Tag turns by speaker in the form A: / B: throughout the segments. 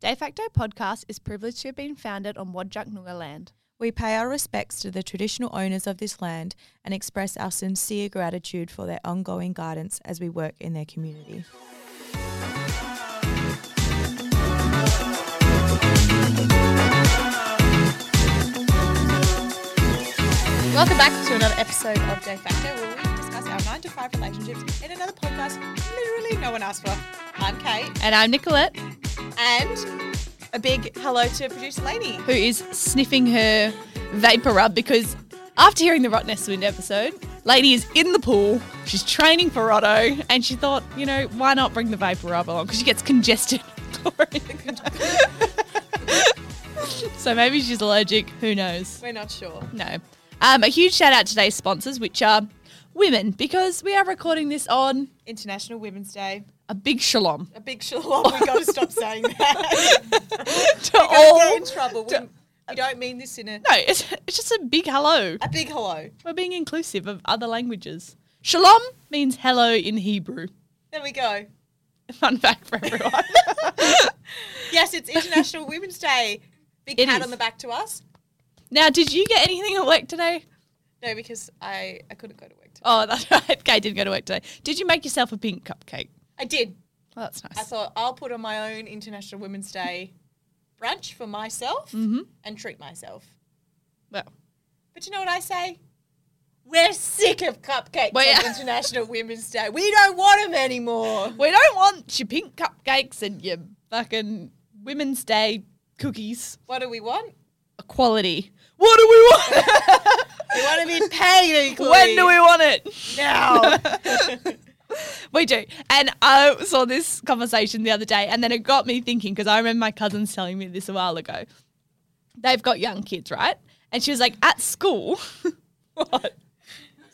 A: De facto podcast is privileged to have been founded on Wadjuk Noongar land.
B: We pay our respects to the traditional owners of this land and express our sincere gratitude for their ongoing guidance as we work in their community.
A: Welcome back to another episode of De Facto.
B: Where we discuss our nine to five relationships in another podcast literally no one asked for. I'm Kate,
A: And I'm Nicolette,
B: and a big hello to producer Lainey.
A: who is sniffing her vapor rub because after hearing the Rottnest Wind episode, Lady is in the pool, she's training for Rotto, and she thought, you know, why not bring the vapor rub along? Because she gets congested. so maybe she's allergic, who knows?
B: We're not sure.
A: No. Um, a huge shout out to today's sponsors, which are women, because we are recording this on
B: International Women's Day.
A: a big shalom
B: A big shalom. We gotta stop saying that.
A: to
B: We're gonna get
A: all.
B: in trouble. We, we don't mean this in a
A: Oh. No, it's, it's just a big hello.
B: a big hello.
A: We're being inclusive of other languages. Shalom means hello in Hebrew.
B: There we go.
A: Fun fact for everyone.
B: Yes, it's International Women's Day. Big
A: It
B: hat
A: is.
B: on the back to us.
A: now, did you get anything at work today?
B: No, because I, I couldn't go to work. Today.
A: Oh, that's right. Kay did go to work today. Did you make yourself a pink cupcake?
B: I did.
A: Well, that's
B: I
A: nice.
B: thought I'll put on my own International Women's Day brunch for myself
A: Mhm.
B: and treat myself.
A: Well,
B: But you know what I say? We're sick of cupcakes
A: Well,
B: on
A: yeah.
B: International Women's Day. We don't want them anymore.
A: we don't want your pink cupcakes and your fucking Women's Day cookies.
B: What do we want?
A: equality. What do we want?
B: We want to be paid equally.
A: when do we want it?
B: Now.
A: We do. And I saw this conversation the other day, and then it got me thinking because I remember my cousins telling me this a while ago. They've got young kids, right? And she was like, at school. what?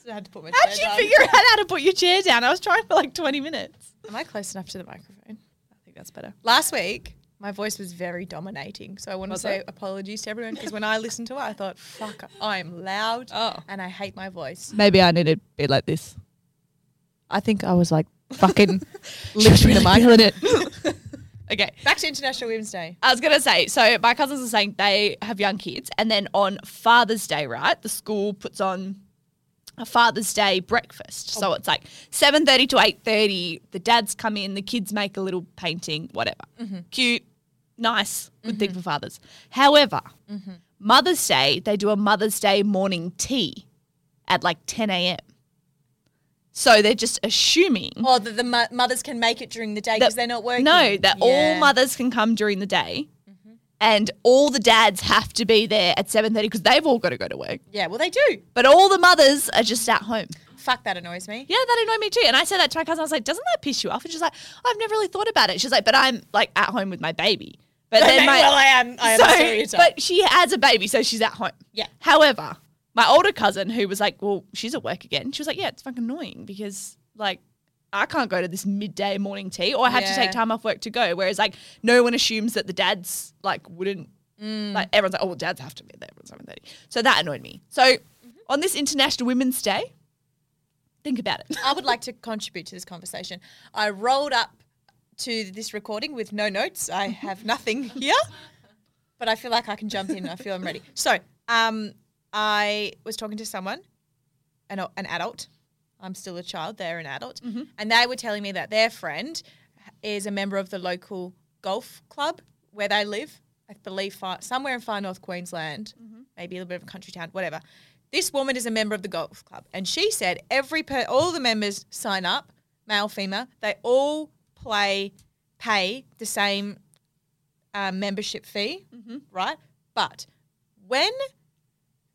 B: I had to put my
A: How'd
B: chair
A: you
B: down.
A: figure out how to put your chair down? I was trying for like 20 minutes.
B: Am I close enough to the microphone?
A: I think that's better.
B: Last week, my voice was very dominating. So I want to
A: Was
B: say
A: it?
B: apologies to everyone because when I listened to it, I thought, fuck, I'm loud
A: Oh.
B: and I hate my voice.
A: Maybe I need to be like this.
B: I think I was like fucking
A: She's
B: lifting the
A: really
B: mic.
A: feeling it. okay.
B: Back to International Women's Day.
A: I was gonna say, so my cousins are saying they have young kids, and then on Father's Day, right, the school puts on a Father's Day breakfast. So it's like seven thirty to eight thirty. The dads come in, the kids make a little painting, whatever, cute, nice, good thing for fathers. However, Mother's Day they do a Mother's Day morning tea at like ten a.m. So they're just assuming
B: Or that Oh, the mo- mothers can make it during the day because
A: that-
B: they're not working.
A: No, that all
B: Yeah.
A: mothers can come during the day, and all the dads have to be there at seven thirty because they've all got to go to work.
B: Yeah, well, they do.
A: But all the mothers are just at home.
B: Fuck, that annoys me.
A: Yeah, that annoyed me too. And I said that to my cousin. I was like, "Doesn't that piss you off?" And she's like, "I've never really thought about it." She's like, "But I'm like at home with my baby." But then my
B: well, I am. I am a
A: so,
B: stereotype.
A: but she has a baby, so she's at home.
B: Yeah.
A: However, my older cousin, who was like, "Well, she's at work again," she was like, "Yeah, it's fucking annoying because like I can't go to this midday morning tea, or I have to
B: Yeah.
A: take time off work to go." Whereas like no one assumes that the dads like wouldn't
B: Mm.
A: like everyone's like, "Oh, well, dads have to be there at seven thirty. So that annoyed me. So
B: Mm-hmm.
A: on this International Women's Day, think about it.
B: I would like to contribute to this conversation. I rolled up to this recording with no notes. I have nothing here, but I feel like I can jump in. I feel I'm ready. So, um, I was talking to someone, an, an adult. I'm still a child. They're an adult, and they were telling me that their friend is a member of the local golf club where they live. I believe far, somewhere in far north Queensland, maybe a little bit of a country town, whatever. This woman is a member of the golf club, and she said every per, all the members sign up, male, female. They all play, pay the same uh, membership fee,
A: Mm-hmm.
B: right? But when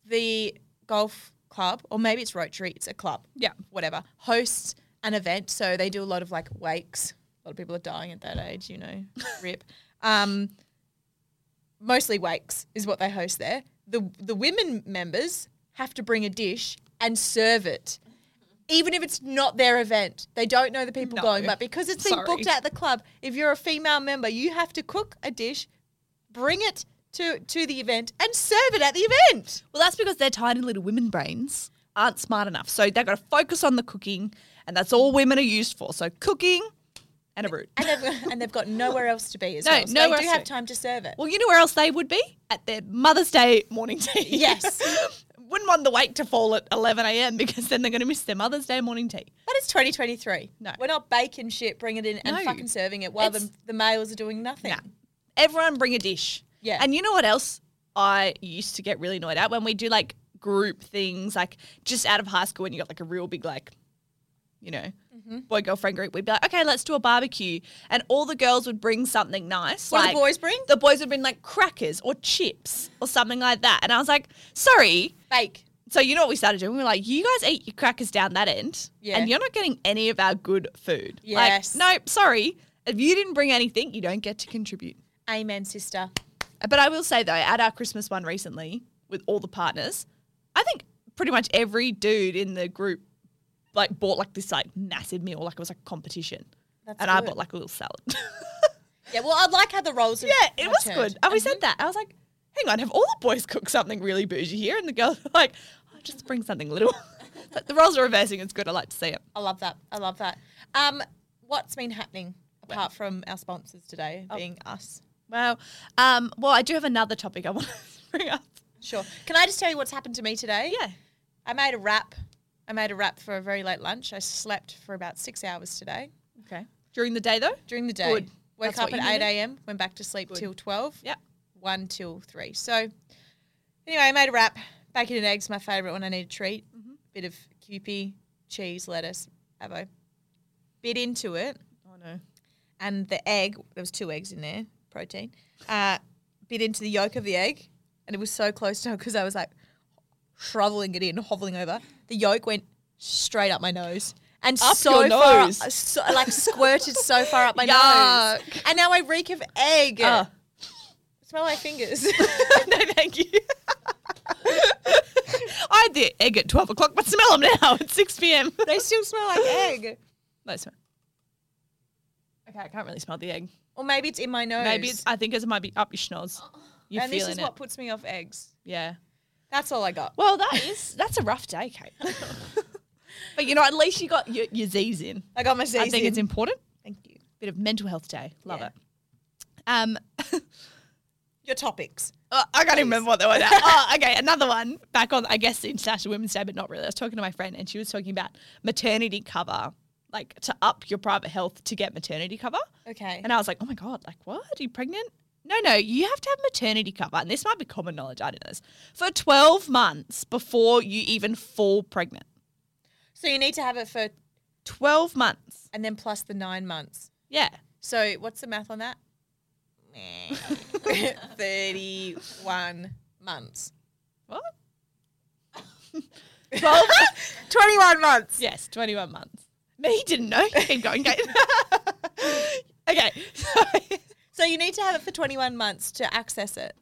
B: the golf club, or maybe it's Rotary, it's a club,
A: Yeah.
B: whatever, hosts an event. So they do a lot of like wakes. A lot of people are dying at that age, you know, rip. Um, mostly wakes is what they host there. The the women members have to bring a dish and serve it. Even if it's not their event, they don't know the people
A: Mm-hmm. No.
B: going. But because it's been
A: Sorry.
B: booked at the club, if you're a female member, you have to cook a dish, bring it to to the event, and serve it at the event.
A: Well, that's because their tiny little women brains aren't smart enough. So they've got to focus on the cooking, and that's all women are used for. So cooking, and a root.
B: and they've, and they've got nowhere else to be as
A: No,
B: well. So
A: nowhere
B: they do
A: else
B: have
A: to.
B: time to serve it.
A: Well, you know where else they would be? At their Mother's Day morning tea.
B: Yes.
A: Wouldn't want the wait to fall at 11 a.m. because then they're going to miss their Mother's Day morning tea.
B: But it's 2023.
A: No.
B: We're not baking shit, bringing it in and
A: No.
B: fucking serving it while the,
A: It's-
B: the males are doing nothing.
A: Nah. Everyone bring a dish.
B: Yeah.
A: And you know what else I used to get really annoyed at when we do like group things, like just out of high school when you got like a real big like, you know,
B: Mm-hmm.
A: boy girlfriend group. We'd be like, okay, let's do a barbecue, and all the girls would bring something nice.
B: What
A: like,
B: do the boys bring?
A: The boys would bring like crackers or chips or something like that. And I was like, sorry.
B: Bake.
A: So you know what we started doing? We were like, you guys eat your crackers down that end,
B: Yeah.
A: and you're not getting any of our good food.
B: Yes.
A: Like, nope, sorry. If you didn't bring anything, you don't get to contribute.
B: Amen, sister.
A: But I will say though, at our Christmas one recently with all the partners, I think pretty much every dude in the group like bought like this like massive meal, like it was like a competition.
B: That's
A: and I
B: good.
A: bought like a little salad.
B: Yeah, well, I like how the roles have
A: yeah, it
B: have
A: was
B: turned.
A: good. And we said that. I was like, hang on, have all the boys cooked something really bougie here? And the girls were like, oh, just bring something little. But the roles are reversing. It's good. I like to see it.
B: I love that. I love that. Um, what's been happening apart from our sponsors today being us?
A: Wow. Um, well, I do have another topic I want to bring up.
B: Sure. Can I just tell you what's happened to me today?
A: Yeah.
B: I made a wrap. I made a wrap for a very late lunch. I slept for about six hours today
A: Okay. During the day though?
B: during the day.
A: Good.
B: Woke
A: That's
B: up
A: what
B: at
A: you
B: 8
A: needed.
B: a.m., went back to sleep
A: Good.
B: till 12.
A: Yeah.
B: one till three. So anyway, I made a wrap. Bacon and eggs, my favourite when I need a treat.
A: Mm-hmm.
B: Bit of Kewpie, cheese, lettuce, avo. Bit into it,
A: Oh no.
B: and the egg. There was two eggs in there, protein. Uh, bit into the yolk of the egg, and it was so close to because I was like shoveling it in, hoveling over. The yolk went straight up my nose. And
A: Up
B: so
A: your
B: far,
A: nose.
B: so- like squirted so far up my nose,
A: Yuck.
B: and now I reek of egg.
A: Oh.
B: Smell my fingers.
A: no, thank you. I had the egg at 12 o'clock, but smell them now at 6 p.m.
B: They still smell like egg.
A: No, smell. Okay, I can't really smell the egg.
B: Or maybe it's in my nose.
A: Maybe it's, I think it might be up your schnoz. You're
B: and this
A: feeling
B: is
A: it.
B: what puts me off eggs.
A: yeah.
B: That's all I got.
A: Well, that is, that's a rough day, Kate. but you know, at least you got your, your Z's in.
B: I got my Z's
A: I think it's important.
B: Thank you.
A: Bit of mental health day. Love
B: Yeah.
A: it. Um,
B: Your topics.
A: Uh, I can't even remember what they were. Now. oh, okay, another one back on. I guess the International Women's Day, but not really. I was talking to my friend, and she was talking about maternity cover, like to up your private health to get maternity cover.
B: Okay.
A: And I was like, oh my god, like what? Are you pregnant? No, no, you have to have maternity cover, and this might be common knowledge. I don't know this for twelve months before you even fall pregnant.
B: so you need to have it for,
A: Twelve months.
B: and then plus the nine months.
A: Yeah.
B: So what's the math on that? Meh. 31 months.
A: What? Twelve.
B: 21 months.
A: Yes, 21 months. Me didn't know. Keep going, Kate. okay. So,
B: So you need to have it for 21 months to access it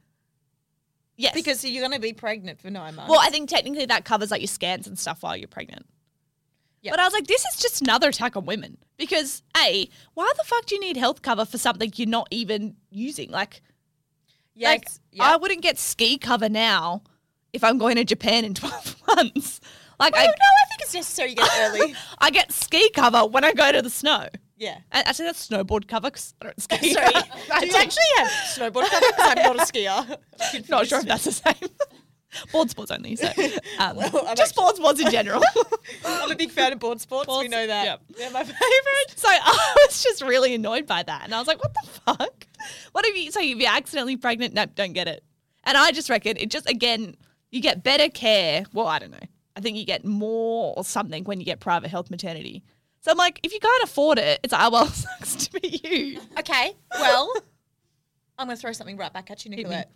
A: yes.
B: because you're going to be pregnant for nine months.
A: well, I think technically that covers like your scans and stuff while you're pregnant.
B: Yeah.
A: But I was like, this is just another attack on women because A, why the fuck do you need health cover for something you're not even using? Like,
B: yes.
A: like
B: yeah.
A: I wouldn't get ski cover now if I'm going to Japan in 12 months. Like,
B: Oh,
A: I,
B: no, I think it's necessary you get it early.
A: I get ski cover when I go to the snow.
B: yeah.
A: And actually, that's snowboard cover because I don't ski.
B: Sorry.
A: I
B: Do you
A: don't-
B: actually have snowboard cover? 'Cause I'm not a skier. I'm
A: Not sure if that's the same. board sports only, so um,
B: Well, I'm
A: just board sports in general.
B: I'm a big fan of board sports. we
A: Boards,
B: know that.
A: yep.
B: They're my favourite.
A: so I was just really annoyed by that, and I was like, "What the fuck? What if you? So if you're accidentally pregnant, no, don't get it." And I just reckon it just again, you get better care. Well, I don't know. I think you get more or something when you get private health maternity. So I'm like, if you can't afford it, it's like, oh well, sucks to be you.
B: Okay. Well, I'm going to throw something right back at you,
A: me.
B: Nicolette.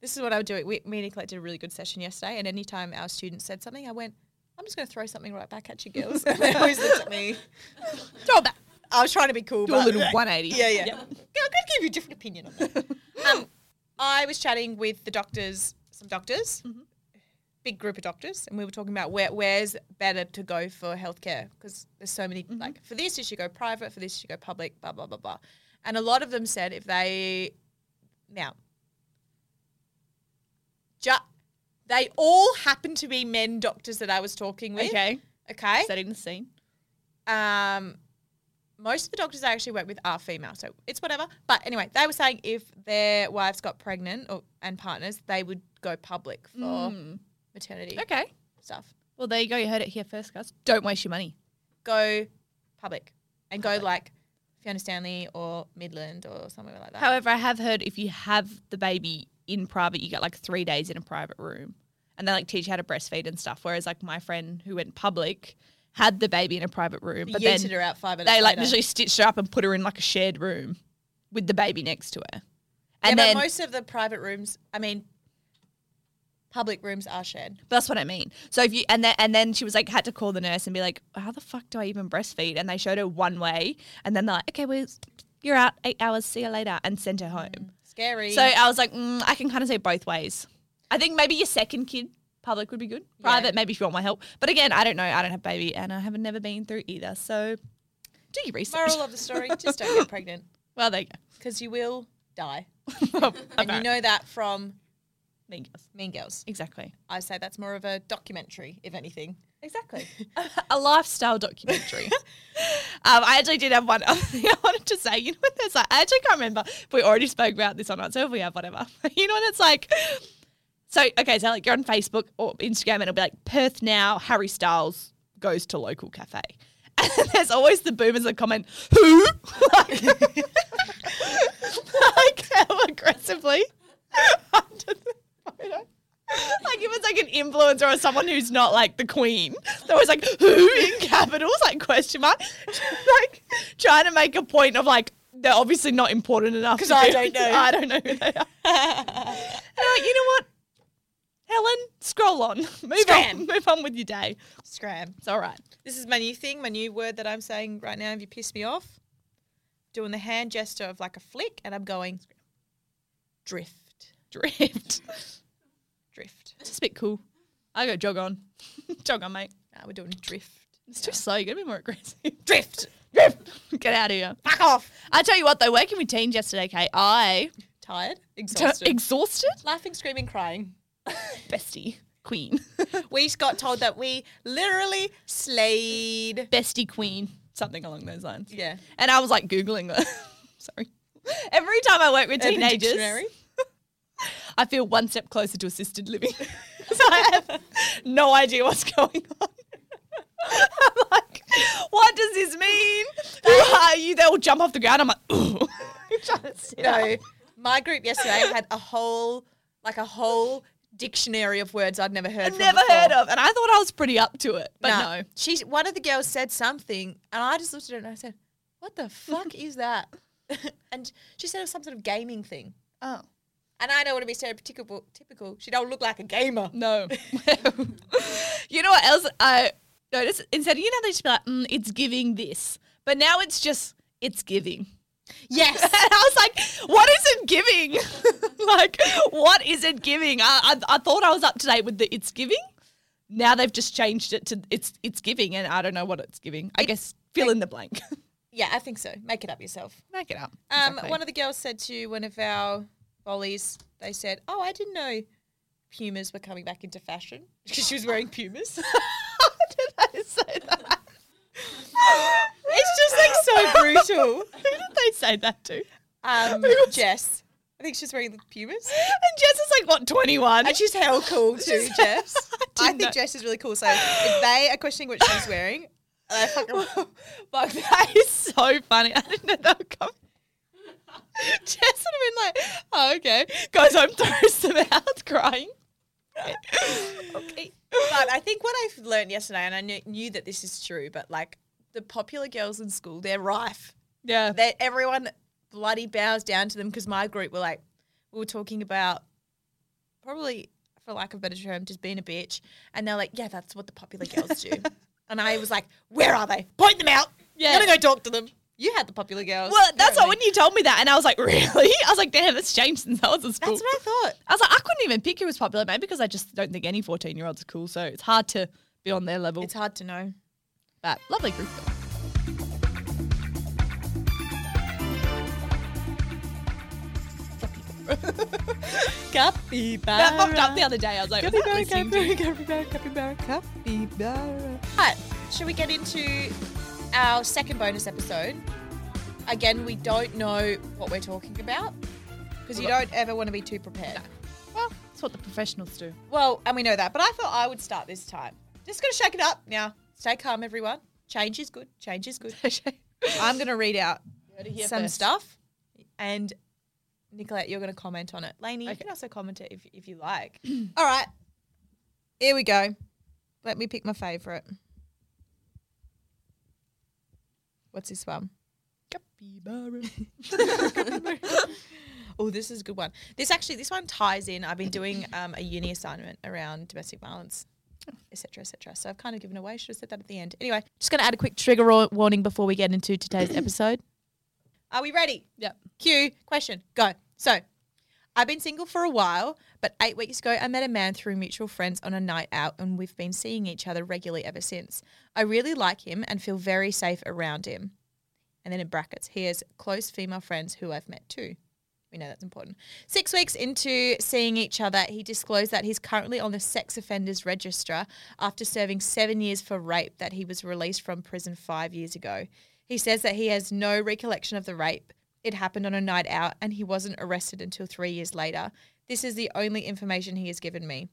B: This is what I would do. We, me and Nicolette did a really good session yesterday, and anytime our students said something, I went, I'm just going to throw something right back at you, girls. And they always looked at me.
A: Throw it back.
B: I was trying to be cool.
A: Do a
B: but-
A: little 180.
B: Yeah, yeah.
A: Yep.
B: I'm going to give you a different opinion on that. um, I was chatting with the doctors, some doctors, big group of doctors, and we were talking about where where's better to go for healthcare because there's so many. Like for this, you should go private. For this, you should go public. Blah blah blah blah. And a lot of them said if they now, ju- they all happen to be men doctors that I was talking with.
A: Okay,
B: Okay.
A: setting the scene.
B: Um, most of the doctors I actually work with are female, so it's whatever. But anyway, they were saying if their wives got pregnant or, and partners, they would go public for
A: Oh.
B: maternity
A: Mm. Hmm. Okay.
B: stuff.
A: Well, there you go. You heard it here first, guys. Don't waste your money.
B: Go public and go like Fiona Stanley or Midland or somewhere like that.
A: However, I have heard if you have the baby in private, you get like three days in a private room, and they like teach you how to breastfeed and stuff. Whereas like my friend who went public had the baby in a private room, but
B: Yeeted
A: then
B: her out five minutes
A: they like
B: later.
A: literally stitched her up and put her in like a shared room with the baby next to her. And
B: yeah,
A: then
B: but most of the private rooms, I mean, public rooms are shared.
A: That's what I mean. So if you and then and then she was like had to call the nurse and be like, how the fuck do I even breastfeed? And they showed her one way, and then they're like, okay, well, you're out eight hours. See you later, and sent her home.
B: Scary.
A: So I was like, mm, I can kind of see both ways. I think maybe your second kid public would be good. Private, maybe if you want my help. But again, I don't know. I don't have baby, and I haven't never been through either. So do your research.
B: moral of the story: just don't get pregnant
A: well, there you
B: because you will die,
A: go.
B: and you know that from Mean Girls.
A: Exactly.
B: I say that's more of a documentary, if anything.
A: Exactly. a lifestyle documentary. um, I actually did have one other thing I wanted to say. You know when there's like I actually can't remember if we already spoke about this or not, so if we have whatever. you know when it's like so okay, so like you're on Facebook or Instagram and it'll be like Perth now, Harry Styles goes to local cafe. And there's always the boomers that comment, who? Like, like how aggressively under the photo. Like if it's like an influencer or someone who's not like the queen, they're always like who in capitals, like question mark, like trying to make a point of like they're obviously not important enough
B: 'Cause
A: to
B: I
A: be-
B: don't know.
A: I don't know who they are. And I'm like, you know what, Helen, scroll on, move
B: Scram.
A: on, move on with your day.
B: Scram.
A: It's all right.
B: This is my new thing, my new word that I'm saying right now. If you piss me off, doing the hand gesture of like a flick, and I'm going drift,
A: Drift.
B: drift.
A: It's a bit cool. I go jog on, jog on, mate.
B: Nah, we're doing drift.
A: It's too slow. You gotta be more aggressive.
B: Drift.
A: Drift. Get out of here.
B: Back off.
A: I tell you what, though, working with teens yesterday, Kate, I
B: Tired.
A: t-
B: Exhausted.
A: exhausted,
B: Laughing, screaming, crying.
A: bestie, queen,
B: We got told that we literally slayed.
A: bestie queen, something along those lines.
B: Yeah.
A: And I was like googling that. Sorry. Every time I work with
B: Urban
A: teenagers,
B: Dictionary.
A: I feel one step closer to assisted living. so I have no idea what's going on. I'm like, what does this mean? Who are you? They all jump off the ground. I'm like, ooh. Trying to sit up.
B: No, my group yesterday had a whole, like a whole dictionary of words I'd never heard.
A: I've
B: from
A: never
B: before.
A: heard of. And I thought I was pretty up to it, but
B: Nah.
A: no.
B: she's one of the girls said something, and I just looked at her and I said, "What the fuck is that?" and she said it was some sort of gaming thing,
A: Oh.
B: and I don't want to be stereotypical. Typical, she don't look like a gamer.
A: No. you know what else I noticed? Instead, you know, they just be like, mm, it's giving this. But now it's just, it's giving.
B: Yes,
A: And I was like, what is it giving? like, what is it giving? I, I, I thought I was up to date with the it's giving. Now they've just changed it to it's it's giving, and I don't know what it's giving. I guess fill in the blank.
B: yeah, I think so. Make it up yourself.
A: Make it up.
B: Um, One of the girls said to one of our volleys, they said, "Oh, I didn't know pumas were coming back into fashion because she was wearing pumas."
A: did I say that?
B: it's just like so brutal.
A: Who did they say that to?
B: Um,
A: Pumas.
B: Jess, I think she's wearing the pumas,
A: And Jess is like, what, 21?
B: and she's hell cool too, Jess.
A: I
B: I,
A: didn't
B: think
A: know.
B: Jess is really cool. So if they are questioning what she's wearing, I fucking
A: Fuck, that is so funny. I didn't know that would come. Jess would have been like, oh, okay. Goes home, throws them out, crying. okay.
B: But I think what I've learned yesterday, and I knew, knew that this is true, but like the popular girls in school, they're rife.
A: Yeah.
B: that everyone bloody bows down to them because my group were like, we were talking about probably, for lack of a better term, just being a bitch. And they're like, yeah, that's what the popular girls do. and I was like, where are they? Point them out.
A: Yeah.
B: I'm going to go talk to them. You had the popular girls.
A: Well, that's what
B: apparently.
A: when you told me that, and I was like, really? I was like, damn, it's changed since I was in school.
B: That's what I thought.
A: I was like, I couldn't even pick who was popular, maybe because I just don't think any 14 year olds are cool. So it's hard to be on their level.
B: It's hard to know.
A: But lovely group. though.
B: Capybara.
A: That popped up the other day. I was like, was that
B: Capybara,
A: listening to
B: capybara, capybara, capybara, capybara. Right. Should we get into our second bonus episode. Again, we don't know what we're talking about because you don't ever want to be too prepared.
A: Well, that's what the professionals do.
B: Well, and we know that, but I thought I would start this time. Just gonna shake it up now. Stay calm, everyone. Change is good. Change is good. I'm gonna read out some stuff, and Nicolette, you're gonna comment on it. Lainey, you
A: Okay.
B: can also comment it if, if you like. All right, here we go. Let me pick my favorite. What's this one? Oh, this is a good one. This actually, this one ties in. I've been doing um, a uni assignment around domestic violence, etc., etc. So I've kind of given away. Should have said that at the end. Anyway, just going to add a quick trigger wa- warning before we get into today's episode. Are we ready?
A: Yep.
B: Cue question. Go. So, I've been single for a while, but eight weeks ago, I met a man through mutual friends on a night out, and we've been seeing each other regularly ever since. I really like him and feel very safe around him. And then in brackets, here's close female friends who I've met too. We know that's important. Six weeks into seeing each other, he disclosed that he's currently on the sex offenders register after serving seven years for rape that he was released from prison five years ago. He says that he has no recollection of the rape. It happened on a night out and he wasn't arrested until three years later. This is the only information he has given me.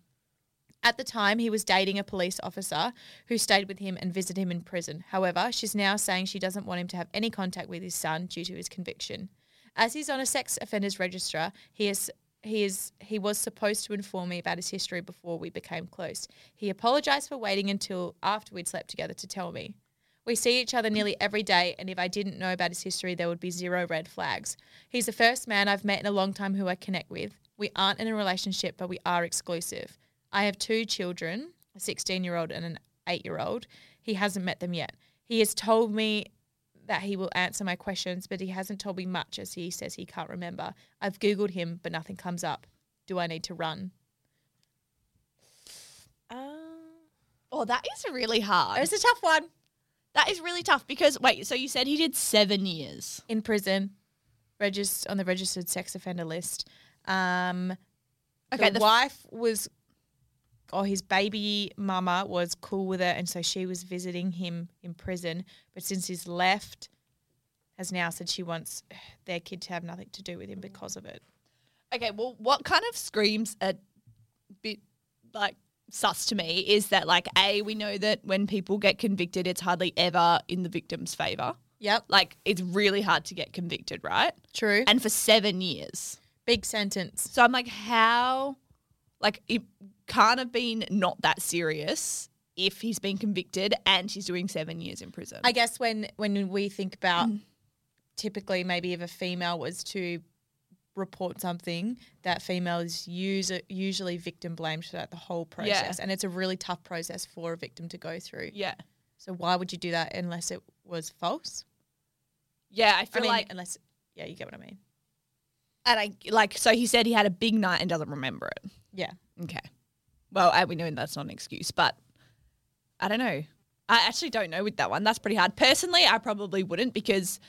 B: At the time, he was dating a police officer who stayed with him and visited him in prison. However, she's now saying she doesn't want him to have any contact with his son due to his conviction. As he's on a sex offenders registrar, he is he is he was supposed to inform me about his history before we became close. He apologized for waiting until after we'd slept together to tell me. We see each other nearly every day, and if I didn't know about his history, there would be zero red flags. He's the first man I've met in a long time who I connect with. We aren't in a relationship, but we are exclusive. I have two children, a 16 year old and an 8 year old. He hasn't met them yet. He has told me that he will answer my questions, but he hasn't told me much as he says he can't remember. I've Googled him, but nothing comes up. Do I need to run?
A: Oh, that is really hard.
B: Oh, it's a tough one.
A: that is really tough because wait, so you said he did seven years.
B: in prison, registered on the registered sex offender list. Um,
A: Okay,
B: the,
A: the f-
B: wife was, or his baby mama was cool with it, and so she was visiting him in prison. But since he's left, has now said she wants their kid to have nothing to do with him because of it.
A: Okay, well, what kind of screams a bit like sus to me is that like a we know that when people get convicted, it's hardly ever in the victim's favor.
B: Yep,
A: Like it's really hard to get convicted, right?
B: true.
A: And for seven years.
B: Big sentence.
A: So I'm like, how? Like, it can't have been not that serious if he's been convicted and he's doing seven years in prison.
B: I guess when when we think about
A: Mm.
B: typically maybe if a female was to report something, that female is user, usually victim blamed throughout the whole process, and it's a really tough process for a victim to go through.
A: yeah.
B: So why would you do that unless it was false?
A: Yeah, I
B: I
A: feel
B: mean,
A: like,
B: unless yeah, you get what I mean.
A: and I like, so he said he had a big night and doesn't remember it.
B: Yeah,
A: Okay. Well, I, we know that's not an excuse, but I don't know. I actually don't know with that one. That's pretty hard. Personally, I probably wouldn't because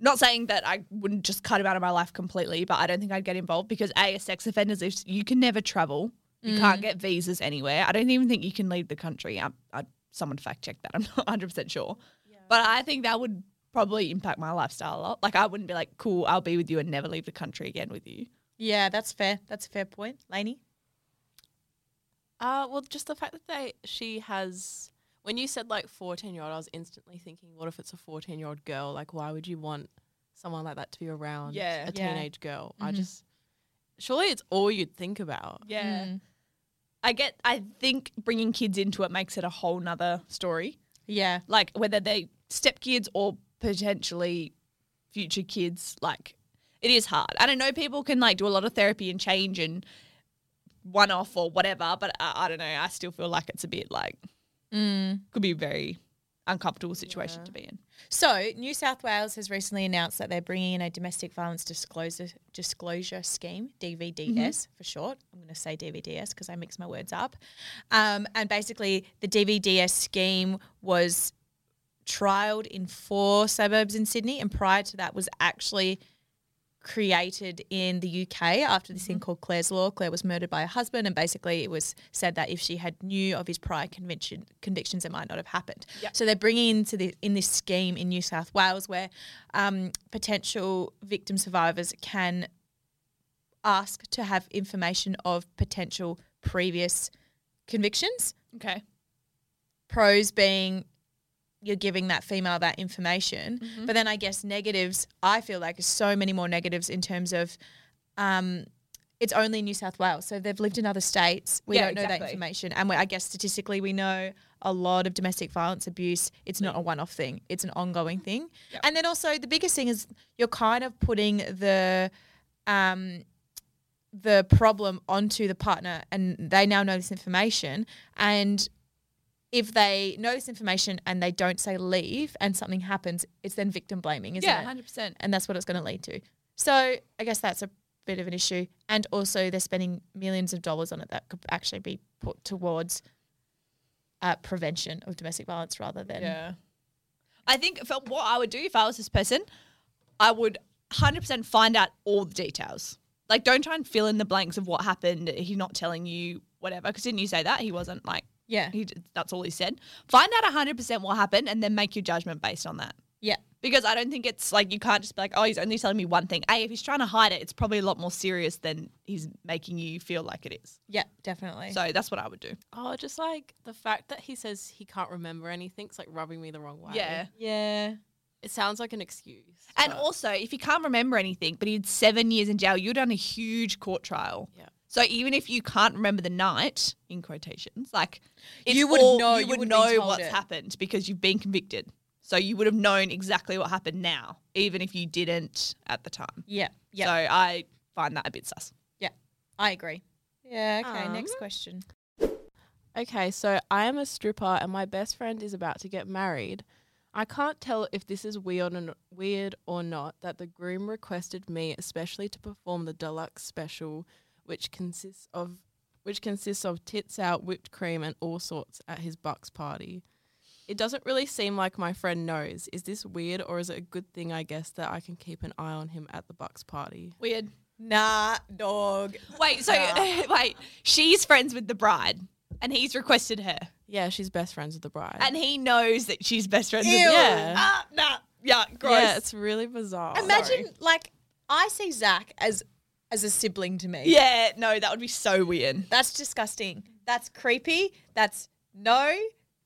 A: not saying that I wouldn't just cut him out of my life completely, but I don't think I'd get involved because A, as sex offenders, if you can never travel. You can't get visas anywhere. I don't even think you can leave the country. I, I, someone fact check that. I'm not 100% sure. But I think that would probably impact my lifestyle a lot. Like, I wouldn't be like, cool, I'll be with you and never leave the country again with you.
B: yeah, that's fair. That's a fair point, Lainey.
C: Uh, well, just the fact that they she has. When you said like fourteen year old, I was instantly thinking, what if it's a fourteen year old girl? Like, why would you want someone like that to be around?
A: Yeah.
C: a
B: Yeah.
C: teenage girl. I
B: Mhm.
C: just surely it's all you'd think about.
A: Yeah.
B: Mm.
A: I get. I think bringing kids into it makes it a whole nother story.
B: Yeah,
A: Like whether they stepkids or potentially future kids. Like it is hard. And I know people can like do a lot of therapy and change and one off or whatever. But I, I don't know. I still feel like it's a bit like
B: Mm.
A: could be a very uncomfortable situation
C: Yeah.
A: to be in.
B: So, New South Wales has recently announced that they're bringing in a domestic violence disclosure disclosure scheme, DVDS for short. I'm going to say DVDS because I mix my words up. Um, and basically, the DVDS scheme was trialed in four suburbs in Sydney, and prior to that, was actually created in the UK after this thing called Claire's Law. Claire was murdered by her husband, and basically it was said that if she had knew of his prior conviction, convictions, it might not have happened.
C: Yep.
B: So they're bringing into the in this scheme in New South Wales where um, potential victim survivors can ask to have information of potential previous convictions.
A: Okay.
B: Pros being you're giving that female that information.
A: Mm-hmm.
B: But then I guess negatives, I feel like there's so many more negatives in terms of um, it's only New South Wales. So they've lived in other states. We
A: Yeah,
B: don't know that
A: exactly.
B: information. And we, I guess statistically, we know a lot of domestic violence abuse. It's not a one off thing, it's an ongoing thing.
A: Yep.
B: And then also, the biggest thing is you're kind of putting the. Um, the problem onto the partner and they now know this information and if they know this information and they don't say leave and something happens, it's then victim blaming, isn't
A: Yeah,
B: it?
A: hundred percent.
B: And that's what it's going to lead to. So I guess that's a bit of an issue. And also, they're spending millions of dollars on it that could actually be put towards uh, prevention of domestic violence rather than.
A: Yeah. I think for what I would do if I was this person, I would 100% find out all the details. Like, don't try and fill in the blanks of what happened. He's not telling you whatever. Because didn't you say that? He wasn't like,
B: Yeah.
A: he, that's all he said. Find out 100% what happened and then make your judgment based on that.
B: Yeah.
A: Because I don't think it's like you can't just be like, oh, he's only telling me one thing. A, if he's trying to hide it, it's probably a lot more serious than he's making you feel like it is.
B: Yeah, definitely.
A: So that's what I would do.
C: Oh, just like the fact that he says he can't remember anything's like rubbing me the wrong way.
A: Yeah.
B: yeah.
C: It sounds like an excuse.
A: And
C: but-
A: also, if you can't remember anything, but he had seven years in jail, you'd done a huge court trial.
C: Yeah.
A: So even if you can't remember the night, in quotations, like it's
B: You would
A: all-
B: know-
A: you
B: you
A: would
B: would be
A: know
B: told
A: what's
B: it.
A: happened because you've been convicted. So you would have known exactly what happened now, even if you didn't at the time.
B: Yeah. Yeah.
A: So I find that a bit sus.
B: I agree. Yeah. Okay.
C: Um,
B: next question.
C: Okay, so I am a stripper and my best friend is about to get married. I can't tell if this is weird or, weird or not that the groom requested me especially to perform the deluxe special which consists of which consists of tits out, whipped cream and all sorts at his bucks party. It doesn't really seem like my friend knows. Is this weird or is it a good thing I guess that I can keep an eye on him at the bucks party?
A: Weird.
B: Nah, dog.
A: Wait, so
B: Nah.
A: wait, she's friends with the bride and he's requested her.
C: Yeah, she's best friends with the bride.
A: And he knows that she's best friends
B: Ew.
A: with him.
C: Yeah.
B: Ah, nah.
A: Yeah, gross.
C: Yeah, it's really bizarre.
B: Imagine like I see Zach as as a sibling to me.
A: Yeah, no, that would be so weird.
B: That's disgusting. That's creepy. That's no.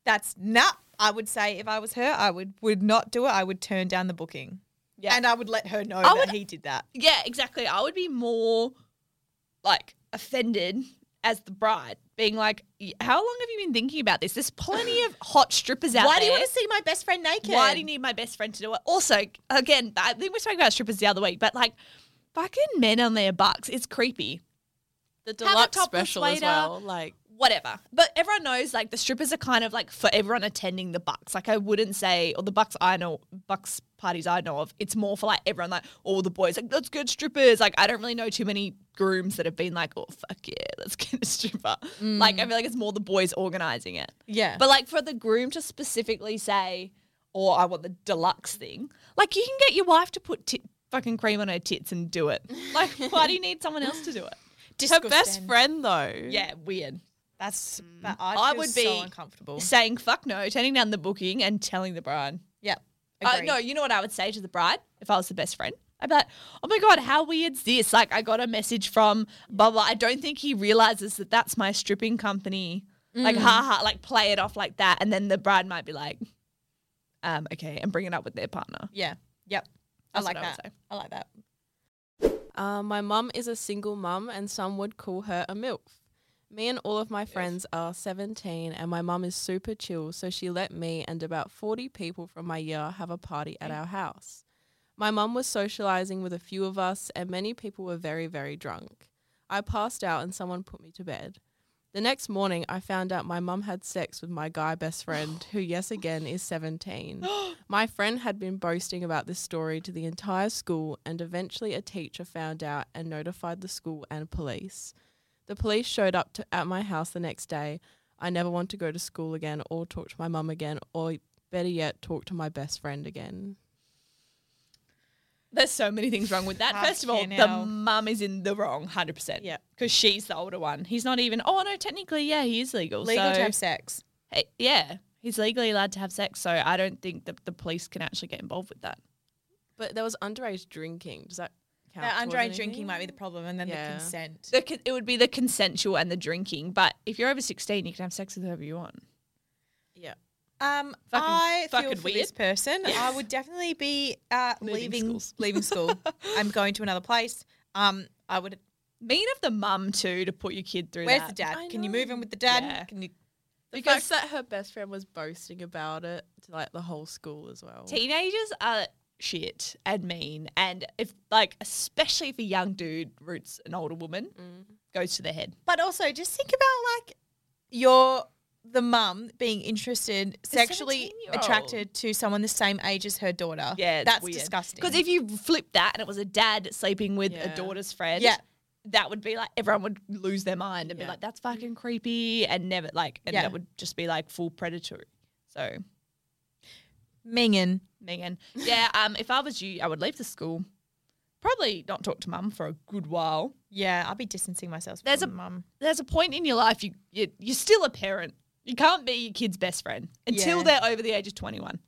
B: That's nah. I would say if I was her, I would would not do it. I would turn down the booking.
A: Yeah.
B: And I would let her know
A: I
B: that
A: would-
B: he did that.
A: Yeah, exactly. I would be more like offended as the bride, being like, "Y- "How long have you been thinking about this? There's plenty of hot strippers out
B: Why
A: there.
B: do you want to see my best friend naked?
A: Why do you need my best friend to do it? Also, again, I think we spoke about strippers the other week, but like, fucking men on their bucks, it's creepy.
C: the
A: a
C: deluxe
A: topless
C: special as
A: waiter.
C: well. Like
A: Whatever. But everyone knows like the strippers are kind of like for everyone attending the bucks. Like I wouldn't say or the bucks I know bucks parties I know of, it's more for like everyone like all the boys like let's get strippers. Like I don't really know too many grooms that have been like, oh fuck yeah, let's get a stripper. Like I feel like it's more the boys organizing it.
B: Mm. Yeah.
A: But like for the groom to specifically say, or I want the deluxe thing, like you can get your wife to put tit fucking cream on her tits and do it. Like why do you need someone else to do it?
C: her
B: Disgusting.
C: best friend though.
A: Yeah, weird.
B: That's that I'd
A: I
B: feel
A: would
B: so
A: be-
B: uncomfortable.
A: saying fuck no, turning down the booking, and telling the bride.
B: Yep.
A: Uh,
B: Agree.
A: no, you know what I would say to the bride if I was the best friend? I'd be like, oh my God, how weird's this? Like, I got a message from blah, blah. I don't think he realizes that that's my stripping company. Like, ha ha, like, play it off like that. And then the bride might be like, um, okay, and bring it up with their partner.
B: Yeah. Yep. I
A: That's
B: like
A: what I would
B: that. I like that.
C: Uh, my mum is a single mum, and some would call her a milf. Me and all of my friends are 17, and my mum is super chill, so she let me and about 40 people from my year have a party at our house. My mum was socializing with a few of us, and many people were very, very drunk. I passed out, and someone put me to bed. The next morning, I found out my mum had sex with my guy best friend, who, yes, again, is 17. My friend had been boasting about this story to the entire school, and eventually a teacher found out and notified the school and police. The police showed up to, at my house the next day. I never want to go to school again, or talk to my mum again, or better yet, talk to my best friend again.
A: There's so many things wrong with that. First of all,
B: Fucking
A: the
B: hell.
A: mum is in the wrong, hundred percent.
B: Yeah.
A: because she's the older one. He's not even. Oh no, technically, yeah, he is legal.
B: Legal
A: so,
B: to have sex.
A: Hey, Eh, yeah, he's legally allowed to have sex. So I don't think that the police can actually get involved with that.
C: But there was underage drinking. Does that count?
B: Now,
C: towards
B: underage Uh, drinking
C: anything?
B: might be the problem, and then
C: Yeah.
B: the consent.
A: The con- it would be the consensual and the drinking. But if you're over 16, you can have sex with whoever you want.
C: Yeah.
B: Um,
A: Fucking-
B: I feel
A: fucking
B: for this
A: weird.
B: person.
A: Yeah.
B: I would definitely be uh,
A: Moving
B: leaving
A: schools.
B: leaving school. I'm going to another place. Um, I would.
A: Mean of the mum too to put your kid through
B: Where's
A: that.
B: the dad?
C: I
B: Can you
C: know.
B: move in with the dad?
A: Yeah.
B: Can you?
C: The
A: Because-
C: fact that her best friend was boasting about it to like the whole school as well.
A: Teenagers are shit and mean, and if like especially if a young dude roots an older woman,
C: Mm.
A: goes to their head.
B: But also, just think about like your the mum being interested, sexually
A: 17-year-old.
B: attracted to someone the same age as her daughter.
A: Yeah, it's
B: that's
A: weird.
B: disgusting.
A: Because if you flip that and it was a dad sleeping with
C: Yeah.
A: a daughter's friend,
B: Yeah.
A: that would be like everyone would lose their mind and be
C: Yeah.
A: like, "That's fucking creepy," and never like, and
B: Yeah.
A: that would just be like full predatory. So,
B: minging,
A: Megan, yeah, um, if I was you, I would leave the school. Probably not talk to mum for a good while.
B: yeah, I'll be distancing myself.
A: There's
B: from
A: a-
B: mum.
A: There's a point in your life you, you you're still a parent. You can't be your kid's best friend until
B: Yeah.
A: they're over the age of 21.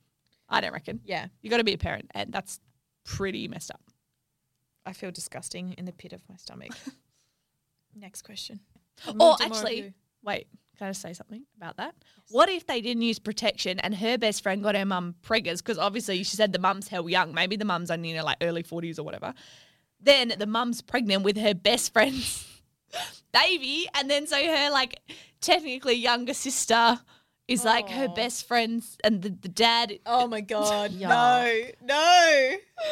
A: I don't reckon.
B: Yeah,
A: You got to be a parent, and that's pretty messed up.
B: I feel disgusting in the pit of my stomach. Next question.
A: Or
B: We'll do more of
A: actually,
B: you.
A: wait, can I say something about that? What if they didn't use protection and her best friend got her mum preggers? Because obviously she said the mum's hell young. Maybe the mum's only in her like early 40s or whatever. Then the mum's pregnant with her best friend's baby. And then so her like technically younger sister is like her
B: Aw.
A: best friend's and the, the dad.
B: Oh my god!
C: Yeah.
B: No, no.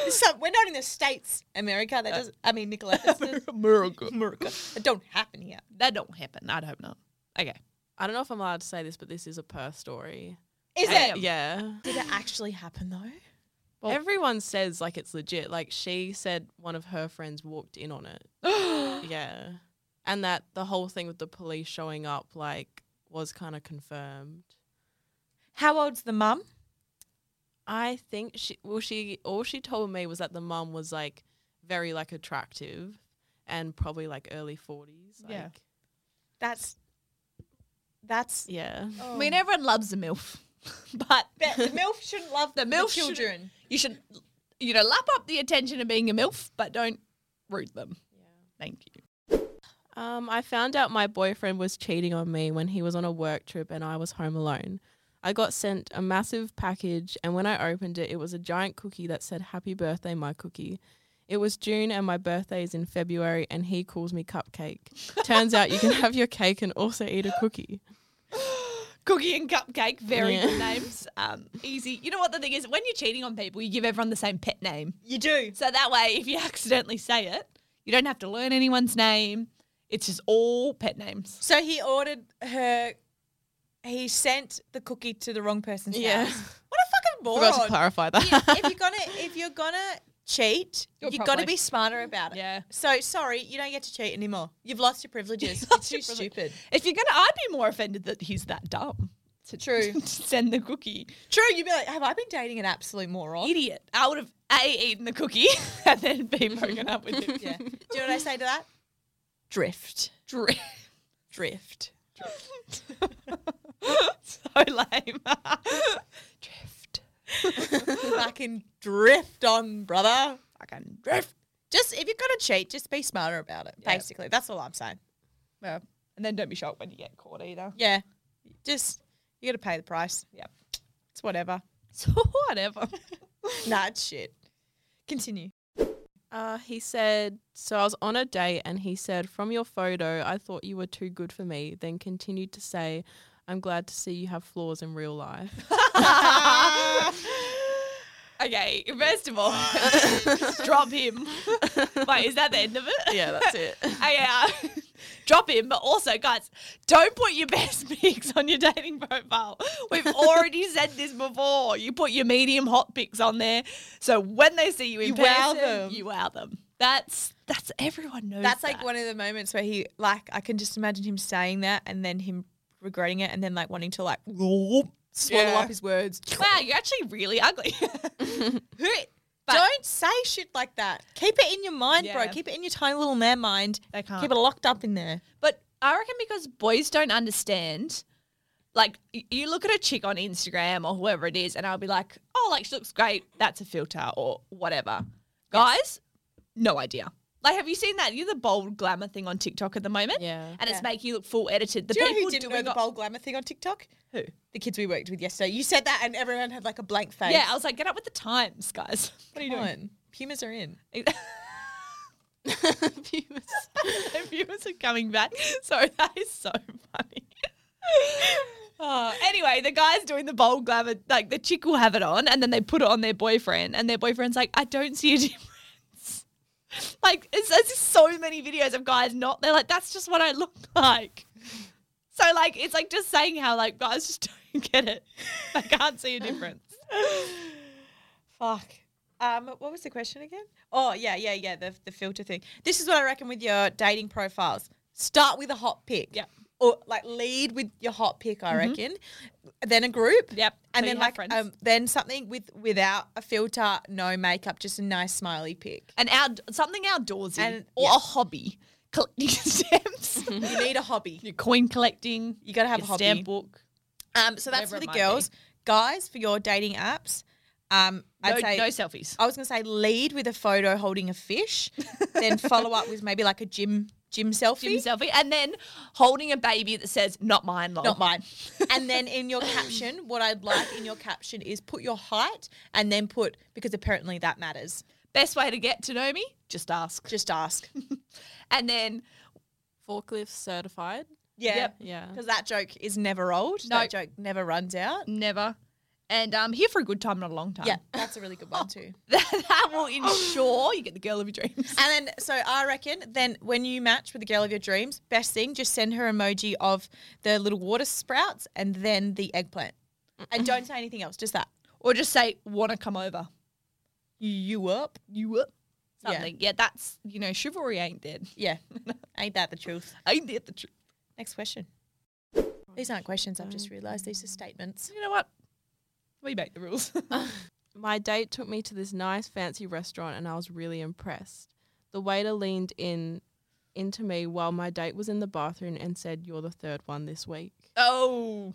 B: Some, we're not in the states, America. That doesn't. I mean, Nicola. That doesn't-
A: America.
B: Uh, America. It don't happen here.
A: That don't happen. I'd hope not. Okay.
C: I don't know if I'm allowed to say this, but this is a per story.
B: Is
A: Damn.
B: it?
C: Yeah.
B: Did it actually happen though?
A: Well-
C: Everyone says like it's legit. Like she said one of her friends walked in on it. Yeah. And that the whole thing with the police showing up like was kind of confirmed.
B: How old's the mum?
C: I think she well she all she told me was that the mum was like very like attractive and probably like early 40s. Like,
A: Yeah.
B: That's. That's. oh.
C: Yeah.
A: I mean, everyone loves a MILF, but
B: But the milf shouldn't love
A: The
B: the
A: MILF
B: milf
A: shouldn't-
B: children.
A: you should, you know, lap up the attention of being a MILF, but don't root them. Thank you.
C: Um, I found out my boyfriend was cheating on me when he was on a work trip and I was home alone. I got sent a massive package, and when I opened it, it was a giant cookie that said, Happy birthday, my cookie. It was June, and my birthday is in February, and he calls me cupcake. Turns out you can have your cake and also eat a cookie.
A: Cookie and cupcake, very
C: Yeah.
A: good names. Um, easy. You know what the thing is? When you're cheating on people, you give everyone the same pet name.
B: You do.
A: So that way, if you accidentally say it, you don't have to learn anyone's name. It's just all pet names.
B: So he ordered her. He sent the cookie to the wrong person's
C: Yeah.
B: house. What a fucking moron!
C: Forgot to clarify that.
B: Yeah, if you're gonna if you're gonna cheat,
A: You're
B: you've got to
A: probably-
B: be smarter about it.
A: Yeah.
B: So sorry, you don't get to cheat anymore. You've lost your privileges.
A: Lost
B: it's
A: your
B: too
A: privilege.
B: stupid.
A: If you're gonna, I'd be more offended that he's that dumb. To
B: True.
A: to send the cookie.
B: True, you'd be like, have I been dating an absolute moron?
A: Idiot. I would have a eaten the cookie and then b broken up with him.
B: Yeah. Do you know what I say to that? Drift.
A: Dri-
B: Drift.
A: so lame. drift.
B: Fucking drift on, brother.
A: I can drift.
B: Just if you're gonna cheat, just be smarter about it.
A: Yeah.
B: Basically, that's all I'm saying.
A: Well, and then don't be shocked when you get caught either.
B: Yeah. Just you gotta pay the price.
A: Yep.
B: It's whatever.
A: So whatever.
B: nah, it's shit. Continue.
C: Uh, he said, So I was on a date, and he said, From your photo, I thought you were too good for me. Then continued to say, I'm glad to see you have flaws in real life.
A: Ah! okay, first of all, drop him. Wait, is that the end of it?
C: yeah, that's it.
A: Okay, uh, drop him, but also, guys, don't put your best pics on your dating profile. We've already said this before. You put your medium hot pics on there, so when they see you in
B: You
A: person,
B: wow them.
A: you wow them. That's that's everyone knows.
B: That's
A: that.
B: like one of the moments where he like I can just imagine him saying that and then him regretting it and then like wanting to like swallow
A: Yeah.
B: up his words.
A: Wow, you're actually really ugly. Who- But-
B: Don't say shit like that. Keep it in your mind, bro.
A: Yeah.
B: Keep it in your tiny little man mind.
A: They can't.
B: Keep it locked up in there.
A: But I reckon because boys don't understand, like y- you look at a chick on Instagram or whoever it is, and I'll be like, oh, like she looks great. That's a filter or whatever. Guys, no idea. Like, have you seen that? You know the bold glamour thing on TikTok at the moment,
C: Yeah.
A: and
B: Yeah.
A: it's making you look full edited. The
B: Do you know
A: people
B: who didn't wear
A: doing
B: the
A: it-
B: bold glamour thing on TikTok?
A: Who?
B: The kids we worked with yesterday. You said that, and everyone had like a blank face.
A: Yeah, I was like, get up with the times, guys.
B: what are you doing? Pumas are in.
C: Viewers.
A: the viewers are coming back. Sorry, that is so funny. Oh, anyway, the guy's doing the bold glamour, like the chick will have it on, and then they put it on their boyfriend, and their boyfriend's like, I don't see a difference. like, it's, there's just so many videos of guys not, they're like, that's just what I look like. So, like, it's like just saying how, like, guys just don't get it. I can't see a difference.
B: Fuck. Um, what was the question again? Oh yeah, yeah, yeah. The the filter thing. This is what I reckon with your dating profiles. Start with a hot pick.
A: Yep.
B: Or like lead with your hot pick, I reckon. Then a group.
A: Yep. Mm-hmm. So
B: And then
A: you have
B: like
A: friends.
B: um, then something with without a filter, no makeup, just a nice smiley pic.
A: and out, something outdoorsy
B: And-
A: or
B: yeah.
A: a hobby, collecting stamps.
B: You need a hobby.
A: your coin collecting.
B: You gotta have
A: your
B: a hobby.
A: stamp book.
B: Um, so
A: Whatever
B: that's for
A: it
B: the
A: might be.
B: girls. Guys, for your dating apps, um,
A: No,
B: I'd say
A: no selfies.
B: I was gonna say lead with a photo holding a fish, then follow up with maybe like a gym gym selfie.
A: Gym selfie, and then holding a baby that says "not mine, lol."
B: Not mine. and then in your caption, what I'd like in your caption is put your height and then put because apparently that matters.
A: Best way to get to know me? Just ask.
B: Just ask.
A: And then
C: Forklift certified.
B: Yeah.
A: Yep.
C: Yeah.
B: Because that joke is never old.
A: No.
B: That joke never runs out.
A: never. And um, here for a good time, not a long time.
B: Yeah, that's a really good one too.
A: that, that will ensure you get the girl of your dreams.
B: And then, so I reckon, then when you match with the girl of your dreams, best thing, just send her emoji of the little water sprouts and then the eggplant. And don't say anything else, just that.
A: Or just say, "Wanna come over?"
B: You up?
A: You up?
B: Yeah.
A: Something. Yeah. that's you know, chivalry ain't dead.
B: Yeah. Ain't that the truth?
A: Ain't dead the truth.
B: Next question. These aren't questions, I've just realised. These are statements.
A: You know what? We make the rules.
C: My date took me to this nice fancy restaurant and I was really impressed. The waiter leaned in into me while my date was in the bathroom and said, You're the third one this week.
A: oh,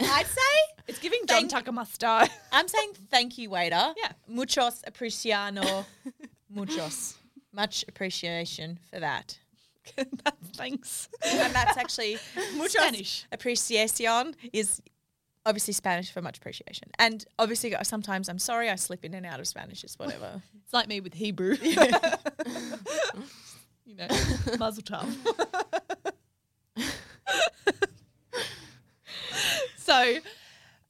B: I'd say
A: it's giving John
B: Thank-
A: Tucker Mustard.
B: I'm saying thank you, waiter.
A: Yeah.
B: Muchos apreciano. Muchos. Much appreciation for that.
A: Thanks.
B: And that's actually muchos
A: Spanish.
B: apreciación is obviously Spanish for much appreciation. And obviously sometimes I'm sorry I slip in and out of Spanish, it's whatever.
A: It's like me with Hebrew. you know, muzzle tough. so,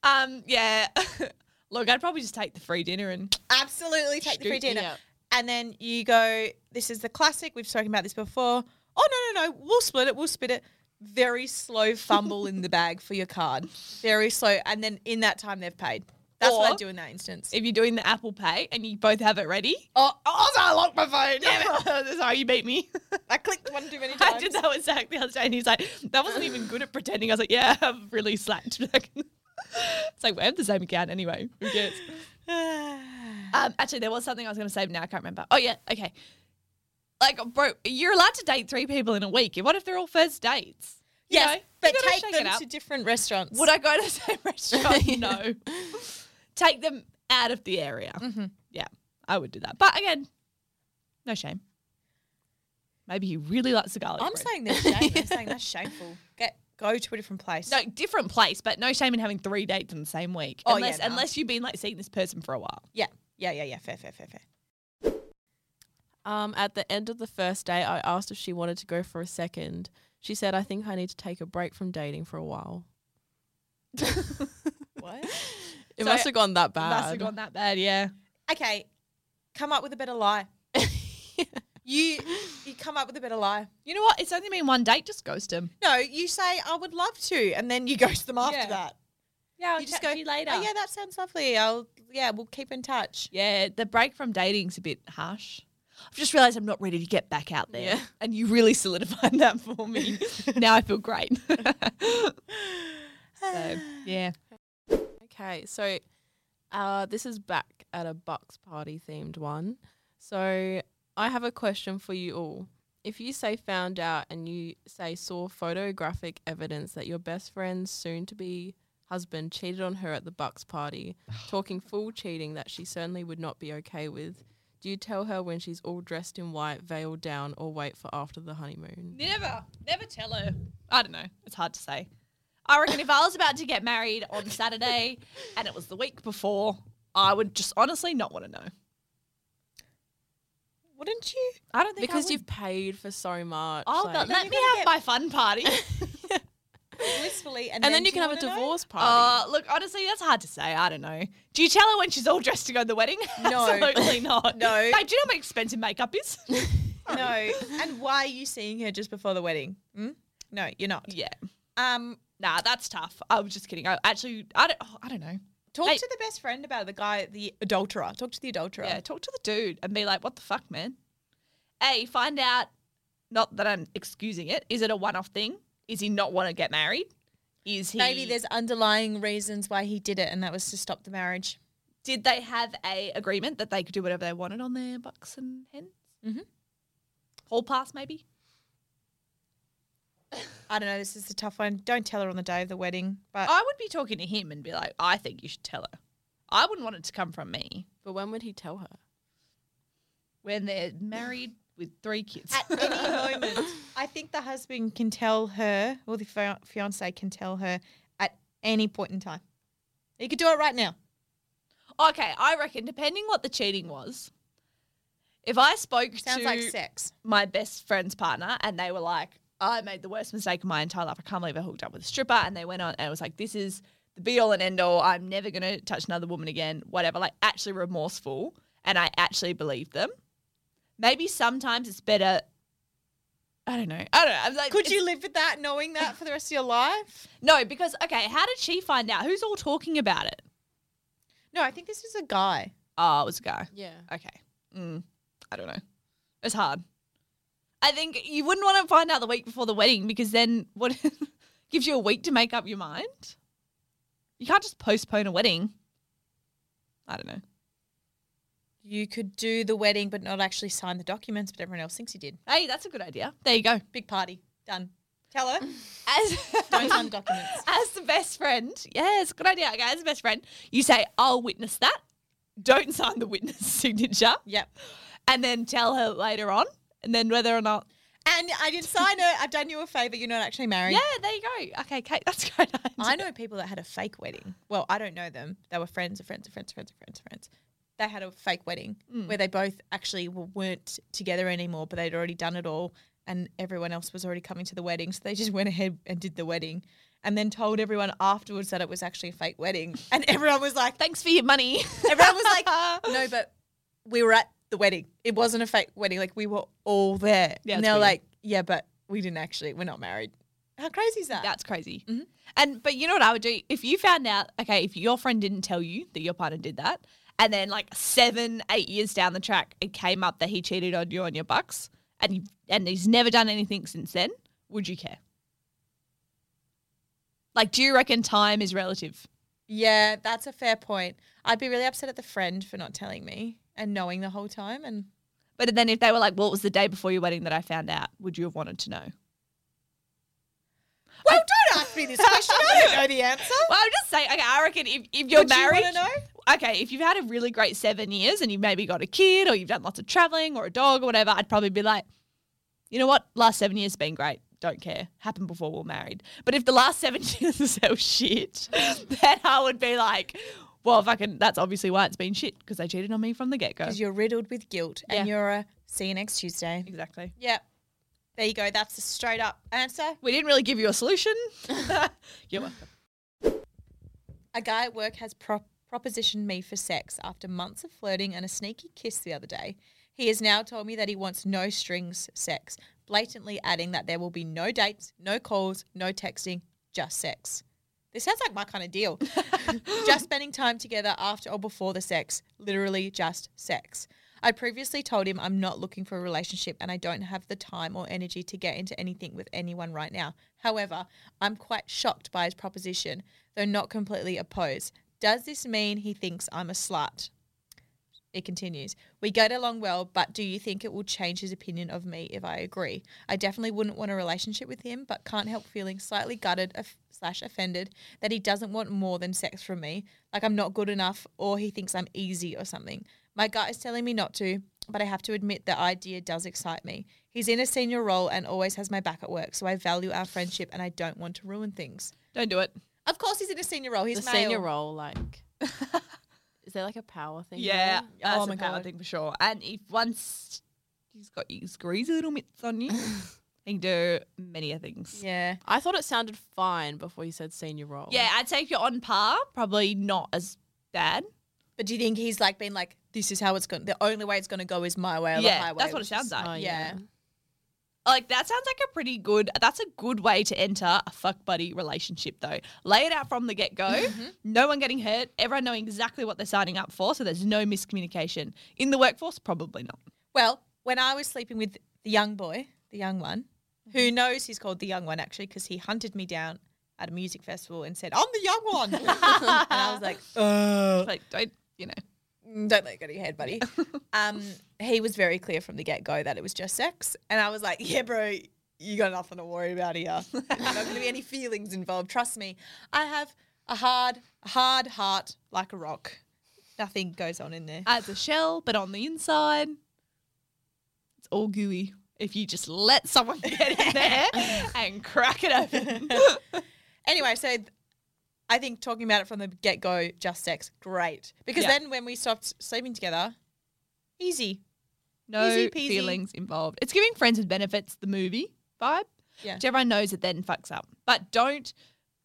A: um, yeah. Look, I'd probably just take the free dinner and
B: Absolutely take the
A: Scoot
B: free dinner.
C: me up.
B: And then you go, this is the classic, we've spoken about this before. Oh no, no, no, we'll split it, we'll split it. Very slow fumble in the bag for your card. Very slow. And then in that time they've paid. That's what I
A: Or-
B: do in that instance.
A: if you're doing the Apple Pay and you both have it ready.
B: Oh, also I locked my phone.
A: Sorry, you beat me.
B: I clicked one too many times.
A: I did that with Zach the other day, and he's like, "That wasn't even good at pretending." I was like, "Yeah, I've really slacked." it's like we have the same account anyway. Who cares? Um, actually, there was something I was going to say, but now I can't remember. Oh yeah, okay. Like, bro, you're allowed to date three people in a week. What if they're all first dates? You know,
B: yes,
A: you
B: but
A: gotta
B: take
A: shake it
B: them
A: up.
B: to different restaurants.
A: Would I go to the same restaurant? no. Take them out of the area.
B: Mm-hmm.
A: Yeah, I would do that. But again, no shame. Maybe he really likes the garlic.
B: I'm
A: bread.
B: saying that's shame. I'm saying that's shameful. Get go to a different place.
A: No, different place, but no shame in having three dates in the same week.
B: Oh,
A: unless
B: yeah, nah.
A: unless you've been like seeing this person for a while.
B: Yeah, yeah, yeah, yeah. Fair, fair, fair, fair.
C: Um, at the end of the first day, I asked if she wanted to go for a second. She said, I think I need to take a break from dating for a while.
B: What?
C: It
A: So-
C: must have gone that bad.
A: Must have gone that bad, yeah.
B: Okay, come up with a better lie. You you come up with a better lie.
A: You know what? It's only been one date, just ghost him.
B: No, you say I would love to, and then you ghost them after
A: Yeah.
B: that.
A: Yeah,
B: you just go Oh yeah, that sounds lovely. I'll yeah, we'll keep in touch.
A: Yeah, the break from dating's a bit harsh. I've just realised I'm not ready to get back out there.
C: Yeah.
A: And you really solidified that for me. now I feel great. so, yeah.
C: Okay, so uh, this is back at a Bucks party themed one. So I have a question for you all. If you say found out and you say saw photographic evidence that your best friend's soon to be husband cheated on her at the Bucks party, talking full cheating that she certainly would not be okay with, do you tell her when she's all dressed in white, veiled down, or wait for after the honeymoon?
A: Never, never tell her. I don't know. It's hard to say. I reckon if I was about to get married on Saturday and it was the week before, I would just honestly not want to know.
B: Wouldn't you?
A: I don't think I
C: Because
A: would.
C: you've paid for so much.
A: Oh,
C: like-
A: but let
B: you
A: me
B: gotta
A: have
B: get-
A: my fun party.
B: Blissfully, and,
C: and then you
B: do
C: can have a
B: wanna know?
C: divorce party.
A: Uh, look, honestly, that's hard to say. I don't know. Do you tell her when she's all dressed to go to the wedding?
B: No.
A: Absolutely not.
B: No.
A: Babe, do you know how expensive makeup is?
B: No. and why are you seeing her just before the wedding? Hmm? No, you're not.
A: yeah.
B: Um,
A: Nah, that's tough. I was just kidding. I actually, I don't, oh, I don't know.
B: talk
A: Hey.
B: to the best friend about it, the guy, the adulterer. Talk to the adulterer.
A: Yeah, talk to the dude and be like, what the fuck, man? A, find out, not that I'm excusing it. Is it a one off thing? Is he not want to get married? Is he.
B: Maybe there's underlying reasons why he did it, and that was to stop the marriage.
A: Did they have a agreement that they could do whatever they wanted on their bucks and hens?
B: Mhm.
A: Hall pass, maybe?
B: I don't know. This is a tough one. Don't tell her on the day of the wedding, but
A: I would be talking to him and be like, I think you should tell her. I wouldn't want it to come from me
C: But when would he tell her?
A: when they're married with three kids.
B: at any moment, I think the husband can tell her, or the fi- fiance can tell her at any point in time. You could do it right now.
A: okay, I reckon, depending what the cheating was, if I spoke
B: Sounds
A: to
B: like sex.
A: my best friend's partner and they were like, I made the worst mistake of my entire life. I can't believe I hooked up with a stripper. And they went on and it was like, this is the be all and end all. I'm never going to touch another woman again, whatever. Like, actually remorseful. And I actually believe them. Maybe sometimes it's better. I don't know. I don't know. I'm like,
B: Could
A: it's-
B: you live with that, knowing that for the rest of your life?
A: No, because, okay, how did she find out? Who's all talking about it?
B: No, I think this is a guy.
A: Oh, it was a guy.
C: Yeah.
A: Okay. Mm, I don't know. It's hard. I think you wouldn't want to find out the week before the wedding because then what gives you a week to make up your mind? You can't just postpone a wedding. I don't know.
B: You could do the wedding, but not actually sign the documents, but everyone else thinks you did.
A: Hey, that's a good idea. There you go.
B: Big party. Done. Tell her.
A: As
B: Don't sign the documents.
A: as the best friend, yes, good idea. Okay, as the best friend, you say, "I'll witness that." Don't sign the witness signature,
B: Yep.
A: and then tell her later on, and then whether or not.
B: And I didn't sign it. I've done you a favor. You're not actually married.
A: Yeah, there you go. Okay, Kate, that's a great idea.
B: I know people that had a fake wedding. Well, I don't know them. They were friends of friends of friends of friends of friends of friends. They had a fake wedding
A: Mm.
B: where they both actually w- weren't together anymore, but they'd already done it all, and everyone else was already coming to the wedding, so they just went ahead and did the wedding, and then told everyone afterwards that it was actually a fake wedding, and everyone was like,
A: Thanks for your money.
B: everyone was like, no, but we were at the wedding. It wasn't a fake wedding. Like we were all there.
A: Yeah,
B: and
A: it's
B: they're
A: weird.
B: like, yeah, but we didn't actually. We're not married. How crazy is that?
A: That's crazy.
B: Mhm.
A: And but you know what I would do if you found out? Okay, if your friend didn't tell you that your partner did that, and then like seven, eight years down the track, it came up that he cheated on you on your bucks, and you, and he's never done anything since then. Would you care? Like, do you reckon time is relative?
B: Yeah, that's a fair point. I'd be really upset at the friend for not telling me and knowing the whole time. And
A: But then if they were like, "Well, it was the day before your wedding that I found out," would you have wanted to know?
B: well, don't ask me this question. I don't know the answer.
A: Well, I'm just saying. Okay, I reckon if, if you're
B: Would you
A: married,
B: wanna know?
A: okay, if you've had a really great seven years and you've maybe got a kid or you've done lots of traveling or a dog or whatever, I'd probably be like, you know what, last seven years has been great. Don't care. Happened before we are married. But if the last seven years is so shit, then I would be like, well, fucking, that's obviously why it's been shit because they cheated on me from the get go.
B: Because you're riddled with guilt, and
A: Oh. Yeah.
B: you're a see you next Tuesday.
A: Exactly.
B: Yep. There you go. That's a straight up answer.
A: We didn't really give you a solution. you're welcome.
B: A guy at work has pro- propositioned me for sex after months of flirting and a sneaky kiss the other day. He has now told me that he wants no strings sex, blatantly adding that there will be no dates, no calls, no texting, just sex. This sounds like my kind of deal. just spending time together after or before the sex, literally just sex. I previously told him I'm not looking for a relationship and I don't have the time or energy to get into anything with anyone right now. However, I'm quite shocked by his proposition, though not completely opposed. Does this mean he thinks I'm a slut? It continues. We get along well, but do you think it will change his opinion of me if I agree? I definitely wouldn't want a relationship with him, but can't help feeling slightly gutted of- slash offended that he doesn't want more than sex from me. Like I'm not good enough, or he thinks I'm easy or something. My gut is telling me not to, but I have to admit the idea does excite me. He's in a senior role and always has my back at work, so I value our friendship and I don't want to ruin things.
A: Don't do it.
B: Of course, he's in a senior role. He's
C: the
B: male.
C: senior role, like, is there like a power thing?
A: Yeah,
C: there?
A: that's
B: Oh
A: a
B: my
A: power
B: God.
A: thing for sure. And if once he's got his greasy little mitts on you, he can do many a things. Yeah.
B: Yeah.
C: I thought it sounded fine before you said senior role.
A: I'd say if you're on par, probably not as bad.
B: But do you think he's like been like, this is how it's going? The only way it's going to go is my way or the
A: yeah,
B: highway.
A: that's what
B: which
A: it
B: is-
A: sounds like.
C: Oh, yeah.
B: Yeah.
A: Like that sounds like a pretty good. That's a good way to enter a fuck buddy relationship, though. Lay it out from the get go. No one getting hurt. Everyone knowing exactly what they're signing up for, so there's no miscommunication in the workforce. Probably not.
B: Well, when I was sleeping with the young boy, the young one, who knows he's called the young one actually because he hunted me down at a music festival and said, I'm the young one. and I was like,
A: It's Like don't you know?
B: "Mm, don't let it go to your head, buddy. um, he was very clear from the get go that it was just sex. And I was like, yeah, bro, you got nothing to worry about here. There's not going to be any feelings involved. Trust me. I have a hard, a hard heart like a rock. Nothing goes on in there.
A: As a shell, but on the inside, it's all gooey. If you just let someone get in there and crack it open.
B: Anyway, so th- I think talking about it from the get go, just sex, great. Because
A: Yeah.
B: then when we stopped sleeping together, easy.
A: No
B: Easy peasy.
A: feelings involved. It's giving friends with benefits the movie vibe.
B: Yeah.
A: Which everyone knows it then fucks up. But don't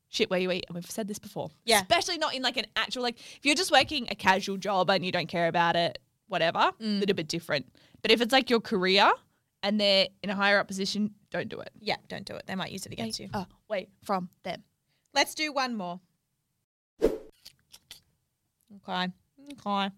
A: shit where you eat. And we've said this before.
B: Yeah.
A: Especially not in like an actual like if you're just working a casual job and you don't care about it, whatever, a
B: Mm.
A: little bit different. But if it's like your career and they're in a higher up position, don't do it.
B: Yeah, don't do it. They might use it against you.
A: Oh, wait, from them.
B: Let's do one more. Okay. Okay.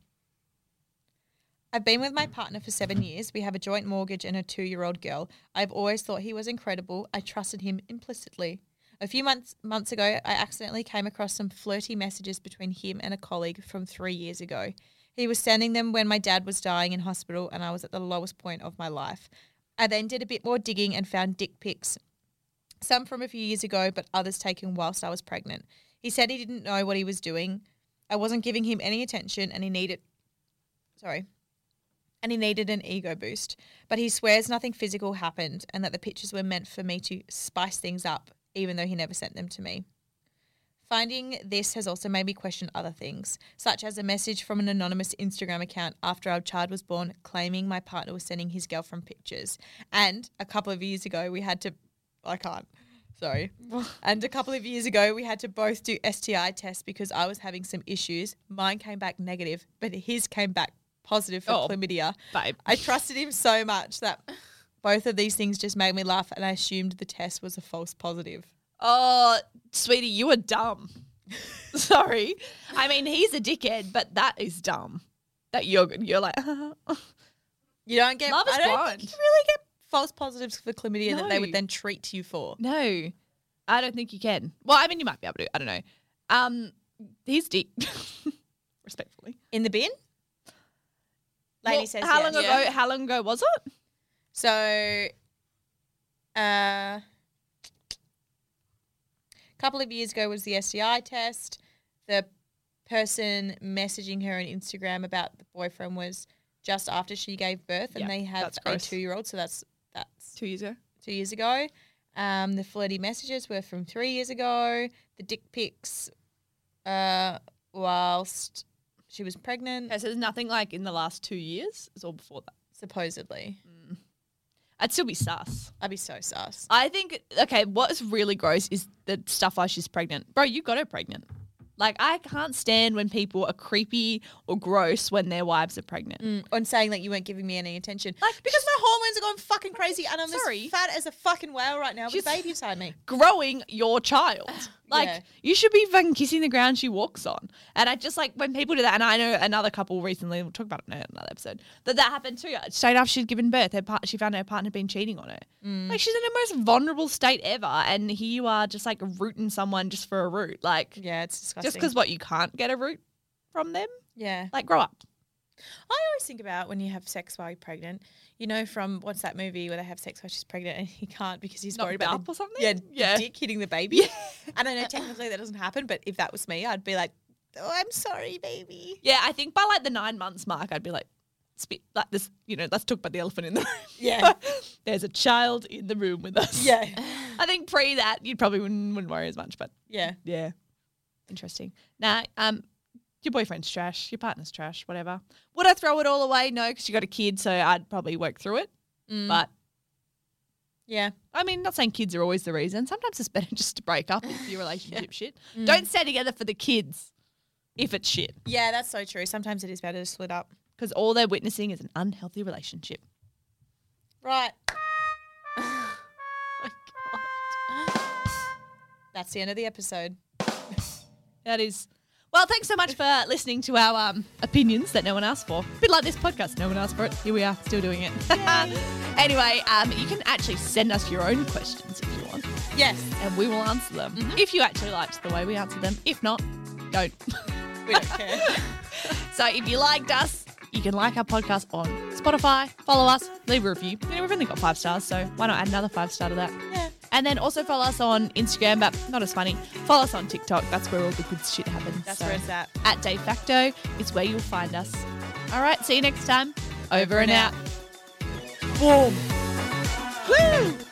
B: I've been with my partner for seven years. We have a joint mortgage and a two year old girl. I've always thought he was incredible. I trusted him implicitly. A few months months ago, I accidentally came across some flirty messages between him and a colleague from three years ago. He was sending them when my dad was dying in hospital and I was at the lowest point of my life. I then did a bit more digging and found dick pics some from a few years ago, but others taken whilst I was pregnant. He said he didn't know what he was doing. I wasn't giving him any attention and he needed sorry. And he needed an ego boost. But he swears nothing physical happened and that the pictures were meant for me to spice things up, even though he never sent them to me. Finding this has also made me question other things, such as a message from an anonymous Instagram account after our child was born claiming my partner was sending his girlfriend pictures. And a couple of years ago, we had to. I can't. Sorry. and a couple of years ago, we had to both do STI tests because I was having some issues. Mine came back negative, but his came back positive for
A: Oh.
B: chlamydia.
A: Babe.
B: I trusted him so much that both of these things just made me laugh, and I assumed the test was a false positive.
A: Oh, sweetie, you are dumb. Sorry. I mean, he's a dickhead, but that is dumb. That you're you're like
B: You don't get
A: Love is
B: I don't
A: blind.
B: think you really get false positives for chlamydia that they would
A: No.
B: then treat you for.
A: No, I don't think you can. Well, I mean, you might be able to. I don't know. Um, he's dick. Respectfully.
B: In the bin? Lainey
A: Well,
B: says
A: how
B: yes.
A: long ago?
C: Yeah.
A: How long ago was it?
B: So uh couple of years ago was the STI test. The person messaging her on Instagram about the boyfriend was just after she gave birth and
A: Yeah,
B: they have
A: that's
B: a
A: gross.
B: two year old, so that's that's
A: Two years ago.
B: two years ago. Um, the flirty messages were from three years ago. The dick pics, uh, whilst she was pregnant,
A: Okay, so there's nothing like in the last two years. It's all before that.
B: supposedly.
A: Mm. I'd still be sus.
B: I'd be so sus.
A: I think. Okay, what's really gross is the stuff while she's pregnant. Bro, you got her pregnant. Like I can't stand when people are creepy or gross when their wives are pregnant.
B: Mm, on saying that you weren't giving me any attention,
A: Like,
B: because my hormones are going fucking crazy, and I'm
A: Sorry.
B: as fat as a fucking whale right now with
A: She's-
B: a baby inside me.
A: growing your child. Like
B: Yeah.
A: you should be fucking kissing the ground she walks on. And I just like when people do that. And I know another couple recently. We'll talk about it in another episode. That that happened too. Straight after she'd given birth, her part, she found her partner had been cheating on her.
B: Mm.
A: Like she's in the most vulnerable state ever, and here you are just like rooting someone just for a root. Like
B: Yeah, it's disgusting.
A: just because what you can't get a root from them.
B: yeah,
A: Like grow up.
B: I always think about when you have sex while you're pregnant. You know, from what's that movie where they have sex while she's pregnant and he can't because he's
A: Not
B: worried about
A: up
B: the,
A: or something?
B: Yeah,
A: Yeah.
B: dick hitting the baby. and I know technically that doesn't happen, but if that was me, I'd be like, "Oh, I'm sorry, baby."
A: Yeah, I think by like the nine months mark, I'd be like, spit like this. You know, let's talk about the elephant in the room.
B: Yeah.
A: There's a child in the room with us.
B: Yeah,
A: I think pre that you probably wouldn't, wouldn't worry as much, but
B: yeah.
A: yeah, interesting. Now, um, your boyfriend's trash, your partner's trash, whatever. Would I throw it all away? No, because you got a kid, so I'd probably work through it.
B: Mm,
A: But
B: yeah,
A: I mean, not saying kids are always the reason. Sometimes it's better just to break up if your relationship shit.
B: Mm.
A: Don't stay together for the kids if it's shit,
B: yeah. That's so true. Sometimes it is better to split up.
A: because all they're witnessing is an unhealthy relationship.
B: Right.
C: oh my god.
B: That's the end of the episode.
A: That is. Well, thanks so much for listening to our um, opinions that no one asked for. A bit like this podcast, no one asked for it. Here we are, still doing it. anyway, um, you can actually send us your own questions if you want,
B: Yes.
A: and we will answer them. If you actually liked the way we answered them, if not, don't.
B: We don't care.
A: so if you liked us, you can like our podcast on Spotify, follow us, leave a review. You know, we've only got five stars, so why not add another five star to that?
B: yeah.
A: And then also follow us on Instagram, but not as funny. Follow us on TikTok. That's where all the good shit happens.
B: That's
A: so
B: where it's at.
A: at De Facto is where you'll find us. All right, see you next time. Over, and
B: and
A: out.
B: out.
A: Boom. Woo!